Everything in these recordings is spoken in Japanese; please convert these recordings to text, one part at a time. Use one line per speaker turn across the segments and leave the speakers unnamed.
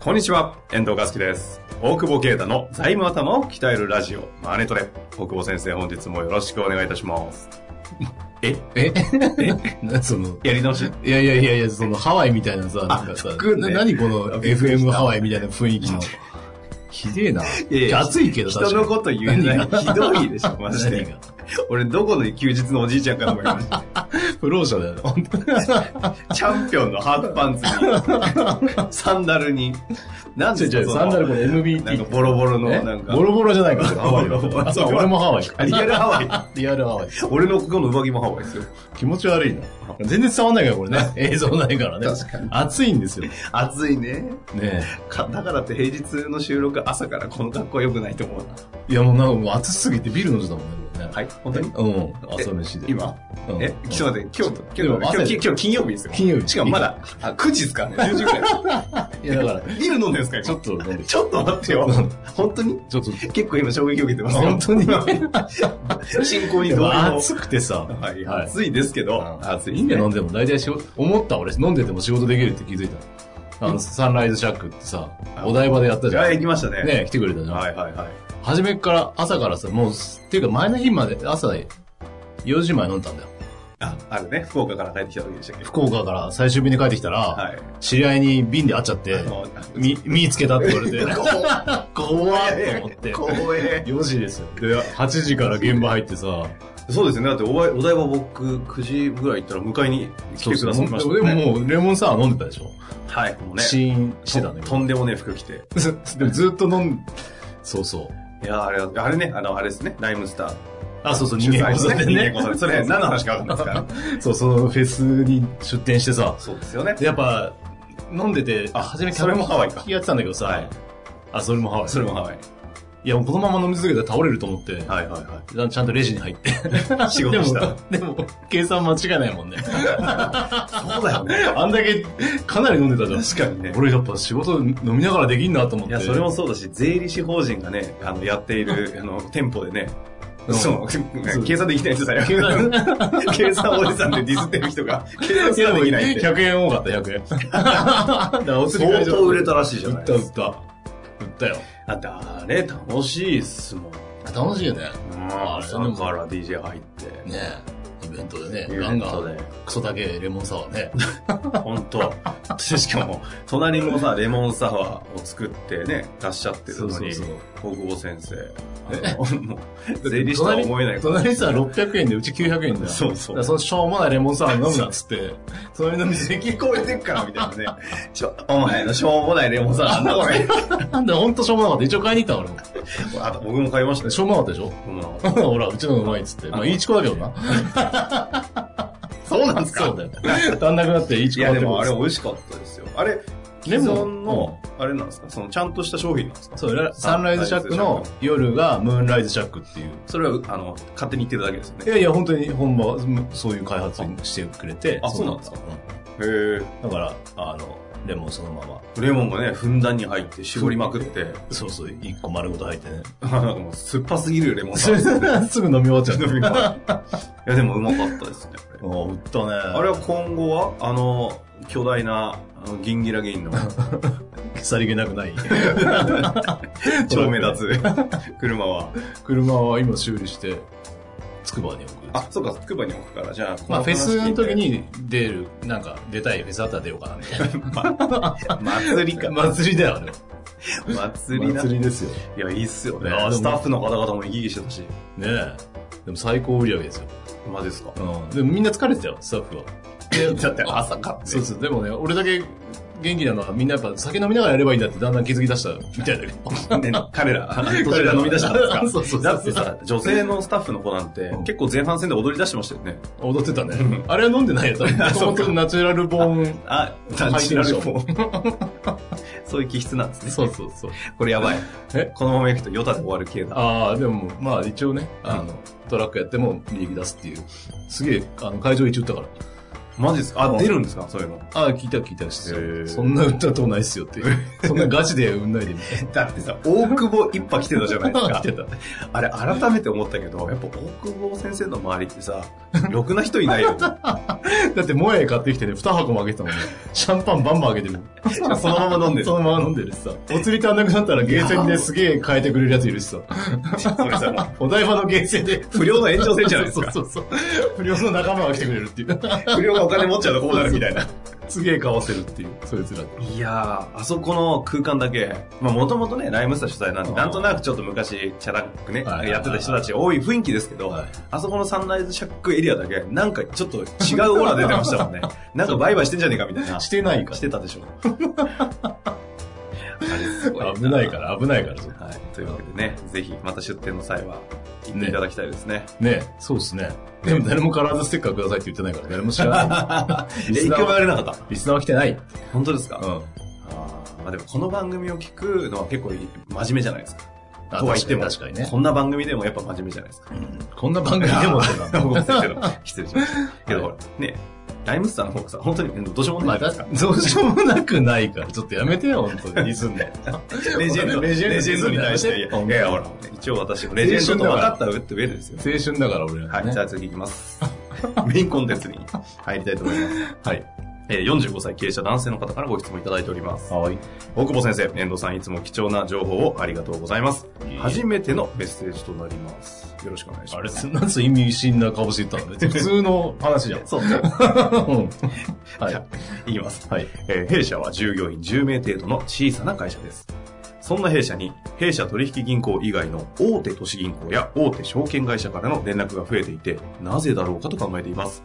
こんにちは、遠藤和樹です。大久保啓太の財務頭を鍛えるラジオ、マネトレ。大久保先生、本日もよろしくお願いいたします。え
え な その、
やり直し
いやいやいやいや、そのハワイみたいなさ、なんかさ、
服ね
な何この FM ハワイみたいな雰囲気の。ひでえな。
やいや
暑いけど、
人のこと言えない。
何が
ひどいでしょ、マジで。
何が。
俺、どこの休日のおじいちゃんかと思いま した。
不老者だよ。
チャンピオンのハーフパンツに、サンダルに。なん
ちょ
で
いちょいサンダルこれ MBT
なんかボロボロの、
ね
なんか。
ボロボロじ ゃないか、ハワイ
ボロボロ
は。
そう
俺もハワイ。
リアルハワイ。
リアルハワイ。
俺のここの上着もハワイですよ。
気持ち悪いな。全然伝わんないから、これね。映像ないからね。
確かに
暑いんですよ。
暑いね。
ね
かだからって平日の収録朝からこの格好良くないと思うな。
え。いや、もうなんかもう暑すぎてビール飲んでたもんねこれね。
はい、本当に
うん。朝飯で。
今
うん。
え、ちょっと待って、今日、今日、
今
今
朝
日、今日金曜日ですよ。
金曜日
しかもまだ、あ、9時ですからね、10時ぐら い。
いや、だから、
ビール飲んでるんですか、
ちょ
今
っと飲んでき
ちょっと待ってよ。本当に
た、ちょっと、
結構今衝撃受けてますよ。
本当に
進行に
で
同
も
様。
暑くてさ、
はい、
はい
暑いですけど、暑
暑
いで
いい
す
いんだ
ね
よ、飲んでも。大体仕事、思った俺、飲んでても仕事できるって気づいたの。あの、サンライズシャックってさ、お台場でやったじゃ
あ、
ん。
行きましたね。
ね、来てくれたじゃん。
はいはいはい。
初めっから、朝からさ、もう、っていうか前の日まで朝4時前飲んだんだよ。
あ、あるね、福岡から帰ってきた時でしたっけ
福岡から最終便で帰ってきたら、
はい。
知り合いに瓶で会っちゃって
あ、の
み、見つけたって言わ れて、 怖っと思って。
光栄。
4時ですよ。で、8時から現場入ってさ、
そうですね。だっておばお台場僕9時ぐらい行ったら迎えに来てくださいました
で
ね。
ももう、レモンサワー飲んでたでしょ
はい、もうね。
試飲してたね。
とんでもねえ服着て。
ず でもずっと飲ん、そうそう。
いやーあれ、あれね、あの、あれですね、ライムスター。
あ、そうそう、
主
人間
催
こそ
です
で
ね。人間
ね。
交差点それ、何の話か分かんないですから。
そう、そのフェスに出店してさ、
そうですよね。
やっぱ、飲んでて、
あ
初め
それもハワイか
やってたんだけどさ、
はい
あ、それもハワイ。
それもハワイ。
いや、もうこのまま飲み続けたら倒れると思って、
はいはいは
ちゃんちゃんとレジに 入って。
い。仕事した。
でも、でも計算間違いないもんね。
そうだよね。
あんだけ、かなり飲んでたじゃん。
確かにね。
俺やっぱ仕事飲みながらできんなと思
い
って。
や、それもそうだし、税理士法人がね、あの、やってい る、あの、店舗でね、
うん
そう、計算できない人だよ。
計算
計算おじさんでディスってる人が、計算
い
す
や
ら
で
で
も
きないって。
100円多かった、100円。 だからお釣り会場
相当売れたらしいじゃない
売った、売った。売ったよ。
あって、あれ、楽しいっすもん。
楽しいよね。
あ朝から DJ 入って。
ねえイベントで
イ
ね、
ベ
ガ
ン
ン
ト
ガ
で
ン、クソだけレモンサワーね。
本当しかも、隣もさ、レモンサワーを作ってね、出しちゃってるのに、
そうそ
大
う
久保先生。あのもう、税理士とは思えないから。
隣さ、600円でうち900円だよ。
そうそう
だからそのしょうもないレモンサワー飲むなっつって、隣の店
聞こえてっから、みたいなね。ちょ、お前のしょうもないレモンサワーなんだこれ。
なんだ、ほんとしょうもなかった。一応買いに行ったの
あ僕も買いました
俺も。
よ
しょうもなかったでしょほら、うちのうまいっつって。まあ、いいチコだけどな。
そうなんですか
そうだよ。足んなくなって、いい
い
チコ
や、で
買ってこ
も
い
あれ
っつって
美味しかったですよ。あれ、既
レモン
存の、あれなんですかその、ちゃんとした商品なんですか
そう、ラサンライズシャックの夜がムーンライズシャックっていう。
それは、あの、勝手に言ってるだけですよ
い
ね。
やいや、本当に本場はうんそういう開発にしてくれて。
あそうなんですかへ
うんだから、あの、レモンそのまま。
え。レモンがね、ふんだんに入って、絞りまくって、
そうそう、一個丸ごと入ってね。
なんかもう、酸っぱすぎるよ、レモン
そ
サワ
れ
ー。
すぐ飲み終わっちゃう。
飲み物いや、でもうまかったですね。
あ あ、売ったね。
あれは今後は、あの、巨大な、あの、ギンギラギン の、
さりげなくない。
超目立つ車は。
車は今修理して、つくばに送る。
あ、そうか、つくばに置くから、じゃあ、こ
まあ、フェスの時
話聞い
に出る、なんか、出たいフェスあったら出ようかな、みたい
て、ま祭りか。
な。祭りだよ、あれ。
祭りな。い
祭りですよ。
や、いいっすよね
いやで。も
スタッフの方々も生き生きしてたし。
ねえ。でも最高売り上げですよ。
マジですか
うん。でもみんな疲れてたよ、スタッフは。
だって朝からね
そうそう。でもね、俺だけ元気なのはみんなやっぱ酒飲みながらやればいいんだってだんだん気づき出したみたいだけど。
ね、彼ら、 年が飲み出したんです か
そうそうそう
だってさ、女性のスタッフの子なんて、
うん
結構前半戦で踊り出してましたよね。
踊ってたね。あれは飲んでないよ、多 分。
あそう
本
か
当にナチュラルボーン。
あ、ナチュラルフォー そういう気質なんですね。
そうそうそう。
これやばい。
え
このままいくとヨタで終わる系だ。
ああ、でも、まあ一応ね、あの、トラックやっても利益出すっていう。すげえ、あの、会場一打ったから。
マジですかあ、
うん
出るんですかそういうの。
ああ、聞いた聞いたし
へー
そんな売ったことないっすよっていう。 そんなガチで売んないでみたい
だってさ、大久保一派来てたじゃ ないです
な。
か
来。てた。
あれ、改めて思ったけど、やっぱ大久保先生の周りってさ、ろくな人いない よね。
だって、萌え買ってきてね、2箱もあげてたもんね。シャンパンバンバンあげてる。そ
そのまま飲んでる
そのまま飲んでるしさ。お釣り足んなくなったらゲーセンですげえ変えてくれるやついるしさ。
それさ、もう
お台場のゲーセンで。
不良の延長線じゃないですか。
そうそうそう。不良の仲間が来てくれるっていう。
不良がお金持っちゃうとこうなるみたいな。
すげえ買わせるっていう、そいつら。
いやー、あそこの空間だけ、まあもともとね、ライムスター主催なんで、
あー
なんとなくちょっと昔、チャラくね、
はい
やってた人たち多い雰囲気ですけど、
はい
あそこのサンライズシャックエリアだけ、なんかちょっと違うオーラ出てましたもん ね。なんかバイバイしてんじゃねえかみたいな。
してないか
してたでしょ。あれすご
ら。
い。
危ないか。ら、危ないから。それ
はい。というわけでね、ぜひ、また出店の際は、行っていただきたいですね。
ねえそうですね。でも誰もカラーズステッカーくださいって言ってないから、誰も知らない。
え、
リ
一
スナ
回
ー
もや
は、
れなかった。
リスナーは来てない。
本当ですか、
う
あ
ん。
ーまあでも、この番組を聞くのは結構真面目じゃないですか。
あ
とは言っても
確かに確か
こんな番組でもやっぱ真面目じゃないですか。
にね。うんこんな 番組でもってなんだ
ごめんなさいけど 失礼しました。けどほら、ね、ライムスターの方がさ、本当にどうしようも
ま
な
あ、
い じゃない
だどうしようもなくないから、ちょっとやめてよ、本当に。リズム。
ですか。レジェンド、
レジェンド
レジェンドに対して、いや
う
い
ん
やいや、ほら、一応私もレジェンドと分かった上って上でですよ。
青春だから、俺ら
はい、
ね
じゃあ次いき ます。メインコンテンツに入りたいと思います。
はい。
えー45歳経営者男性の方からご質問いただいております。
はい。
大久保先生、遠藤さん、いつも貴重な情報をありがとうございます。
いえ
初めてのメッセージとなります。よろしくお願いし
あ
ま
れ、
す。
そんなんす意味深な顔して言ったの普通の話じゃん。
そうね。
うんはい。
いきます。
はい。
えー弊社は従業員10名程度の小さな会社です。そんな弊社に、弊社取引銀行以外の大手都市銀行や大手証券会社からの連絡が増えていて、なぜだろうかと考えています。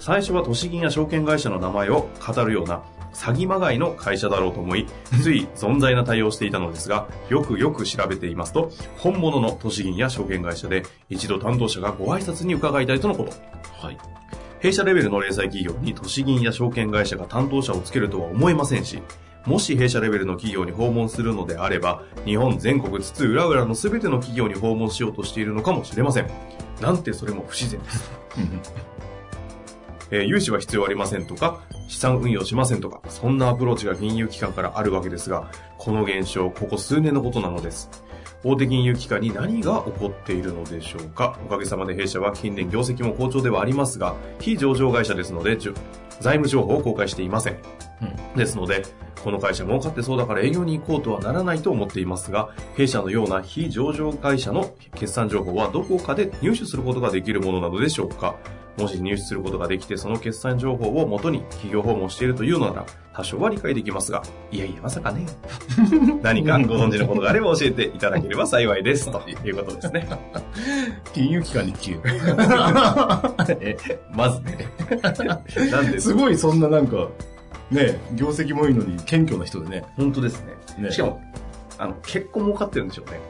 最初は都市銀や証券会社の名前を語るような詐欺まがいの会社だろうと思い、つい存在な対応をしていたのですが、よくよく調べていますと、本物の都市銀や証券会社で、一度担当者がご挨拶に伺いたいとのこと。
はい。
弊社レベルの零細企業に都市銀や証券会社が担当者をつけるとは思えませんし、もし弊社レベルの企業に訪問するのであれば、日本全国津々浦々の全ての企業に訪問しようとしているのかもしれません。なんてそれも不自然です。えー融資は必要ありませんとか、資産運用しませんとか、そんなアプローチが金融機関からあるわけですが、この現象、ここ数年のことなのです。大手金融機関に何が起こっているのでしょうかおかげさまで弊社は近年業績も好調ではありますが、非上場会社ですので、じゅ財務情報を公開していません。ですので、この会社儲かってそうだから営業に行こうとはならないと思っていますが、弊社のような非上場会社の決算情報はどこかで入手することができるものなのでしょうかもし入手することができて、その決算情報をもとに企業訪問しているというのなら、多少は理解できますが、いやいや、まさか ね。何かご存知のことがあれば教えていただければ幸いです。ということです ね。
金融機関に消 える。
えまずね。なんです
すごいそんななんか、ね、業績もいいのに謙虚な人でね。
本当ですね。
ね
しかも、あの、結構儲かってるんでしょうね。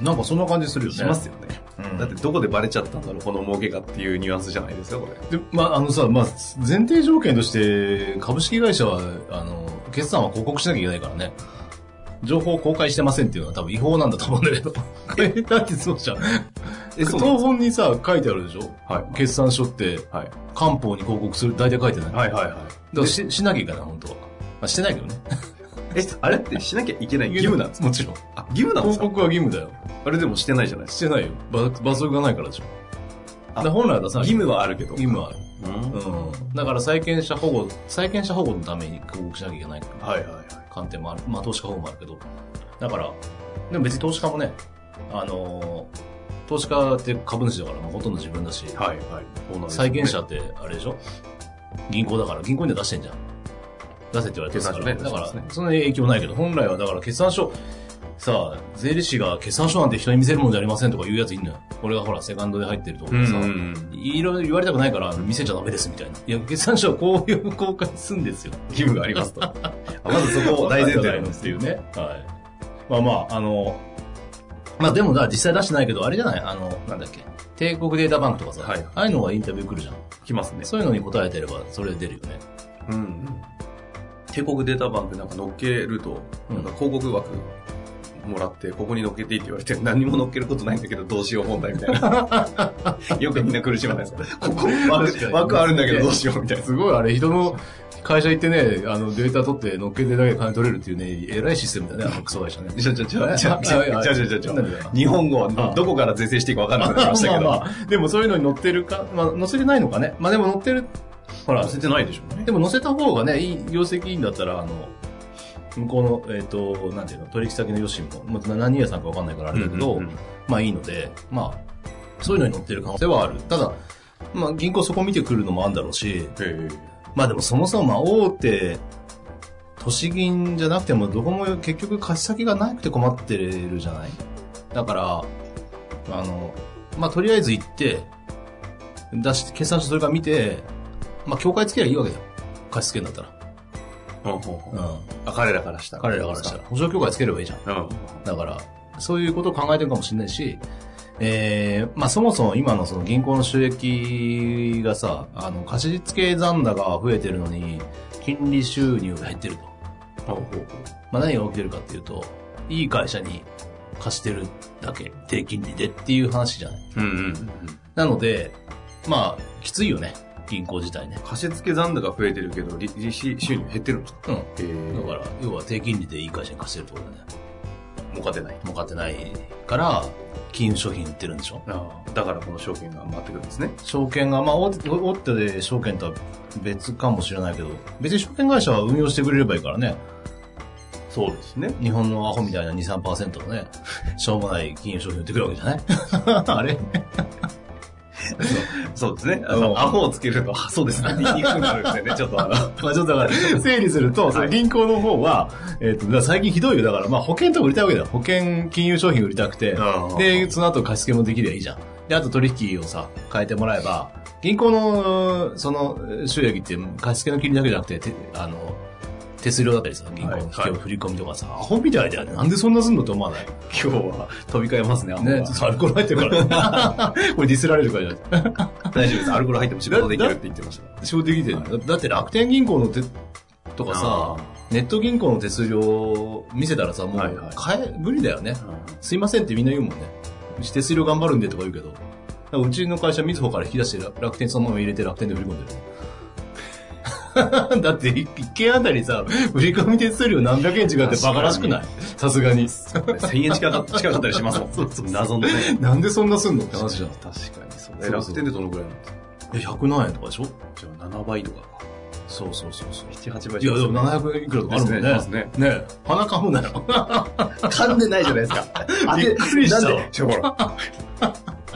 なんかそんな感じするよね。
しますよね。
うん
だってどこでバレちゃったんだろう、この儲けがっていうニュアンスじゃないですか、これ。
で、まあ、あのさ、まあ、前提条件として、株式会社は、あの、決算は広告しなきゃいけないからね。情報を公開してませんっていうのは多分違法なんだと思うんだけど。え、だってそうじゃん。
え、そうなん
当本にさ、書いてあるでしょ
はい。
決算書って、
はい。
官報に広告する、大体書いてない。だか
はいはいは
らししなきゃいけない、本当は。まあ、してないけどね。
い。え、あれってしなきゃいけない義務なんですか
もちろん。
あ、義務なんです
広
か
告は義務だよ。
あれでもしてないじゃないです
してないよ。ば罰則がないからでしょ。だ
あ
から本来は出さ
か。
な
義
い。
務はあるけど。
義務はある。
うん
うん。だから債権者保護、債権者保護のために広告しなきゃいけないから。
はいはいはい。
観点もある、まあ投資家法もあるけど。だから、でも別に投資家もね、あのー投資家って株主だからもうほとんど自分だし、
はいはい。そうなんですよ
債
ね
権者ってあれでしょ銀行だから、銀行には出してんじゃん。出せって言われてるか
決算
ら、
書ね出
だか
してますね
ら、そんなに影響ないけど、本来はだから決算書、さあ、税理士が決算書なんて人に見せるもんじゃありませんとか言うやついんのよ。俺がほら、セカンドで入ってるところさ、
うん
いろいろ言われたくないから、見せちゃダメですみたいな。いや、決算書はこういう公開するん ですよ。
義務がありますと。 あまず そこを大前提なんです
っていうね。はい。まあまあ、あの、まあでもな、実際出してないけど、あれじゃないあの、なんだっけ。帝国データバンクとかさ、
はい
ああいうのがインタビュー来るじゃん。
きますね。
そういうのに答えてれば、それ出るよね。
うん。帝国データバンクなんか乗っけると、
うん
なんか広告枠もらって、ここに乗っけていいって言われて、何も乗っけることないんだけど、どうしよう問題みたいな。よくみんな苦しまないですか。ここ
確か
枠
に
枠あるんだけど、どうしようみたいな。
すごい、あれ、人の会社行ってね、あの、データ取って乗っけてだけ金取れるっていうね、偉いシステムだね、あのクソ会社ね。
ちょちょちょちょちょちょちょちょちょ
なんだよ
日本語はどこから是正していいか分からなくなりましたけど。
まあまあ、でもそういうのに乗ってるか、まあ、載せてないのかね。まあでも載ってる、ほら
載、せてないでしょうね。
でも載せた方がね、いい、業績いいんだったら、あの、向こうの、えっ、と、なんていうの、取引先のよしも、もうな何屋さんかわかんないからあれだけ
う
ど、
んうんうん
まあいいので、まあ、そういうのに載ってる可能性はある。ただ、まあ銀行そこ見てくるのもあるんだろうし、
え
まあでもそもそもまあ大手、都市銀じゃなくてもどこも結局貸し先がなくて困ってるじゃないだから、あの、まあとりあえず行って、出して、決算書それから見て、まあ協会つけりゃいいわけだよ。貸し付けんだった
えほうほうほう
ら。うん。
あ彼らからしたら。
彼らからしたら。保証協会つければいいじゃん。
ら。うん。
だから、そういうことを考えてるかもしれないし、えー、まあそもそも今のその銀行の収益がさ、あの、貸し付け残高が増えてるのに、金利収入が減ってると。
ほうほうほう
まあ何が起きてるかっていうと、いい会社に貸してるだけ、低金利でっていう話じゃない。
うんうんうん。
なので、まあ、きついよね、銀行自体ね。
貸付残高が増えてるけど、利利子収入減ってるんですか
うん。
え
だ
ー、
から、要は低金利でいい会社に貸してるってことだね。
儲かってない。
儲かってないから、金融商品売ってるんでしょ
ああ、だからこの証券が回ってくるんですね。
証券が、まあ、大手大手で証券とは別かもしれないけど、別に証券会社は運用してくれればいいからね。
そうですね。
日本のアホみたいな2、3%のね、しょうもない金融商品売ってくるわけじゃない あれ
そうですね。あ
うん
の、アホをつけると、あそうですね。言いにくくなるんですよね。ちょっと あの、
まあちょっとだから、 整理すると、その銀行の方は、えっ、と、だから最近ひどいよ。だから、まあ保険とか売りたいわけだよ。保険、金融商品売りたくて
うん。
で、その後貸し付けもできりゃいいじゃん。で、あと取引をさ、変えてもらえば、銀行の、その、収益って貸し付けの金利だけじゃなくて、てあの、手数料だったりさ、銀行の引き
はいはい
振り込みとかさ、アホみたいじゃん。なんでそんなすんのと思わない
今日は飛び交えますね、アホが。
ね、ちょっとアルコール入ってるから。 これディスられるからじゃん。
大丈夫です。アルコール入っても仕事できるって言ってました。
仕事できてる、だだって楽天銀行の手とか
あ
さネット銀行の手数料見せたらさもう、
はいはい
買え無理だよねすいませんってみんな言うもんねうち手数料頑張るんでとか言うけどだからうちの会社みずほから引き出して楽楽天そのまま入れて楽天で振り込んでる だって一一件あたりさ振り込み手数料何百円違ってバカらしくないさすがに
1000円近かった近かったりしますもん。謎のね。
なんでそんなすんのって話じゃん
確かにそう
そう
ね。楽天でどのぐらいなんですか
え100何円とかでしょ
じゃあ7倍とかか。
そうそうそうそう
7、8倍
いやでも700円いくらとかあるもんね
ですね
ねえ鼻かむなよ
噛んでないじゃないです か。あ
びっくりした
なんでちょ、ほら。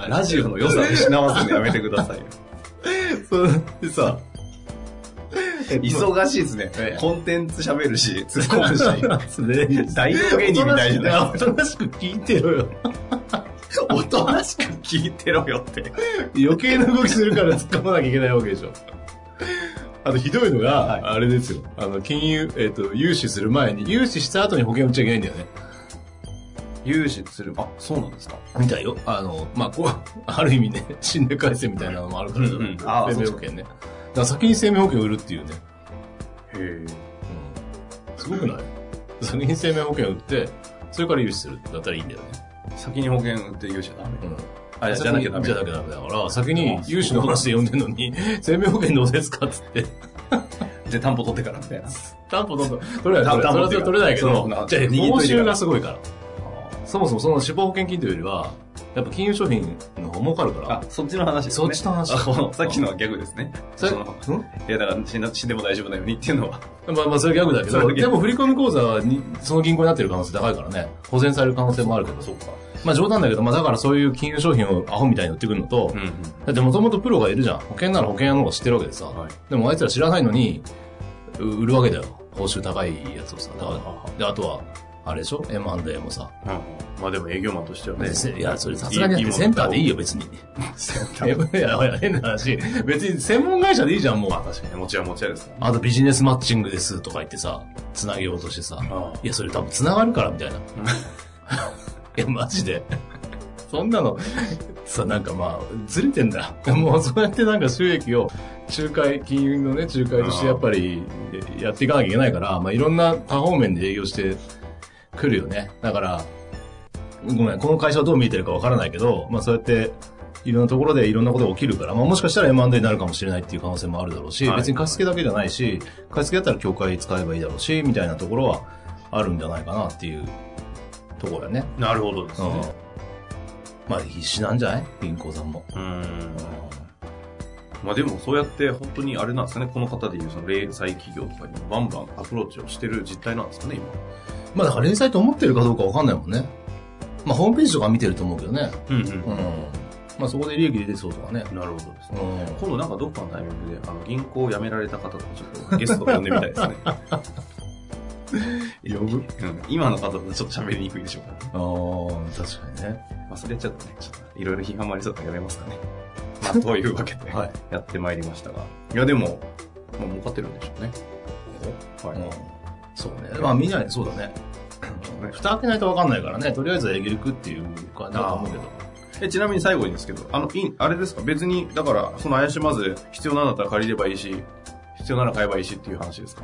ラジオの良さを失わせるのやめてくださいよ。
そうでさ、
忙しいですね
ええ。
コンテンツ喋るし、突っ込むし。
それ
大道芸人みたいじゃない
おとなしく聞いてろよ。
おとなしく聞いてろよ って。
余計な動きするから突っ込まなきゃいけないわけでしょ。あとひどいのが、
はい
あれですよ。あの、金融、えっ、と、融資する前に、融資した後に保険売っちゃいけないんだよね。
融資する。あ、そうなんですか。
みたいよ。あの、まあ、こう、ある意味ね、信頼回線みたいなのもあるから、
うんうんああ
生命保険ね。だから先に生命保険売るっていうね。
へえ。
うん。すごくない先に生命保険売って、それから融資するだったらいいんだよね。
先に保険売って融資はダメ。
うん。
あ、じゃなきゃダメ。
じゃなきゃダメだから、先に融資の話で呼んでんのに、 生命保険どうですかっつって。
で、担保取ってからみたいな。
担保どんどん取れない。
担保
それは取れないけ
そ
ど
うな、
じゃあ、
握っ
報
といてか
酬
ら
がすごいから。そもそもその死亡保険金というよりは、やっぱ金融商品の方儲かるから
あ、、そっちの話ですね。
そっちの話
あこのさっきのはギャグですね。
それ、
その
ん
いや、だから死んだ死んでも大丈夫なようにっていうのは。
まあまあ、それギャグだけ
それ
ど、
ギャグ
でも振り込み口座はにその銀行になってる可能性高いからね、保全される可能性もあるけど、
か。
まあ冗談だけど、まあだからそういう金融商品をアホみたいに売ってくるのと
うん、うん。
だってもともとプロがいるじゃん。保険なら保険屋の方が知ってるわけでさ。
はい
でもあいつら知らないのに、う売るわけだよ。報酬高いやつをさ。だからであとは、あれでしょ ?M&A もさ。
うんまあでも営業マンとしてはね。
せいや、それさすがにだってセンターでいいよ、別に。 いや、いや変な話。別に専門会社でいいじゃん、もう。
まあ確かに、持ちは持ちはですね。
あとビジネスマッチングですとか言ってさ、繋げようとしてさ、
ああ
いや、それ多分繋がるから みたいな。いや、マジで。そんなの、さ、なんかまあ、ずれてんだ。もうそうやってなんか収益を、仲介、金融のね、仲介としてやっぱりえやっていかなきゃいけないから、まあいろんな多方面で営業してくるよね。だから、ごめん、この会社はどう見えてるかわからないけど、まあそうやって、いろんなところでいろんなことが起きるから、まあもしかしたら M&A になるかもしれないっていう可能性もあるだろうし、
はい
別に貸し付けだけじゃないし、貸し付けだったら協会使えばいいだろうし、みたいなところはあるんじゃないかなっていうところだね。
なるほどです
うん
ね。。
まあ必死なんじゃない銀行さんも。
うん。まあでもそうやって本当にあれなんですかね、この方でいうその零細企業とかにもバンバンアプローチをしてる実態なんですかね、今。
まあだから連載と思ってるかどうかわかんないもんね。まあホームページとか見てると思うけどね。
うん
うん。まあそこで利益出てそうとかね。
なるほどです
う
ね。
ん。
今度なんかどっかのタイミングで、あの、銀行を辞められた方とかちょっとゲストで呼んでみたい ですね。
呼ぶ
うん今の方とちょっと喋りにくいでしょうから。
ああ、確かにね。
忘れちゃってね、ちょっといろいろ批判もありそうだからやめますかね。 まあ、というわけで、
はい
やってまいりましたが。いや、でも、まあ、儲かってるんでしょうね。は
う
い。
んそうね。まあ見ない、そうだね。
ね
蓋開けないと分かんないからね。とりあえずえげるくっていう感じだと思うけど。
えちなみに最後にですけど、あの、いんあれですか別に、だから、その怪しまず、必要なんだったら借りればいいし、必要なら買えばいいしっていう話ですか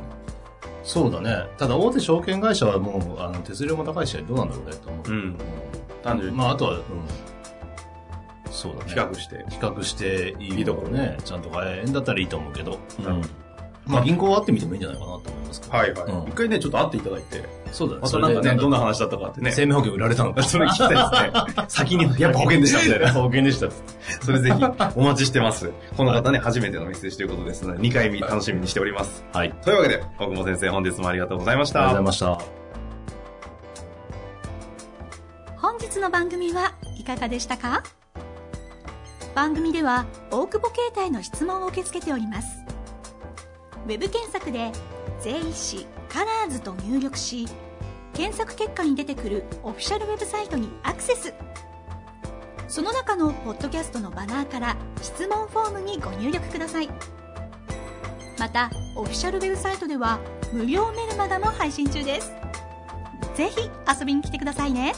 そうだね。ただ大手証券会社はもう、あの、手数料も高いし、どうなんだろうねと思う。
ん。単純に
まああとは、うん。そうだね。
比較して。
比較していいところね。ちゃんと買えんだったらいいと思うけど。
うん
まあ銀行はあってみてもいいんじゃないかなと思いますけど。
はいはい。
うん
一回ね、ちょっと会っていただいて、
そうだね。
またなんかね、どんな
な
話だったかってね。
生命保険売られたのか。
それ聞きたいですね。 先に、やっぱ保険でしたみたい な。
保険でしたっつって。
それぜひお待ちしてます。この方ね、初めてのメッセージということですので、2回目楽しみにしております。
はい。ありが
というわけで、大久保先生、本日もありがとうございまし
とうご
た
ざい。ました。
本日の番組はいかがでしたか番組では大久保携帯の質問を受け付けておりますウェブ検索で「税理士カラーズと入力し検索結果に出てくるオフィシャルウェブサイトにアクセスその中のポッドキャストのバナーから質問フォームにご入力くださいまたオフィシャルウェブサイトでは無料メルマガも配信中ですぜひ遊びに来てくださいね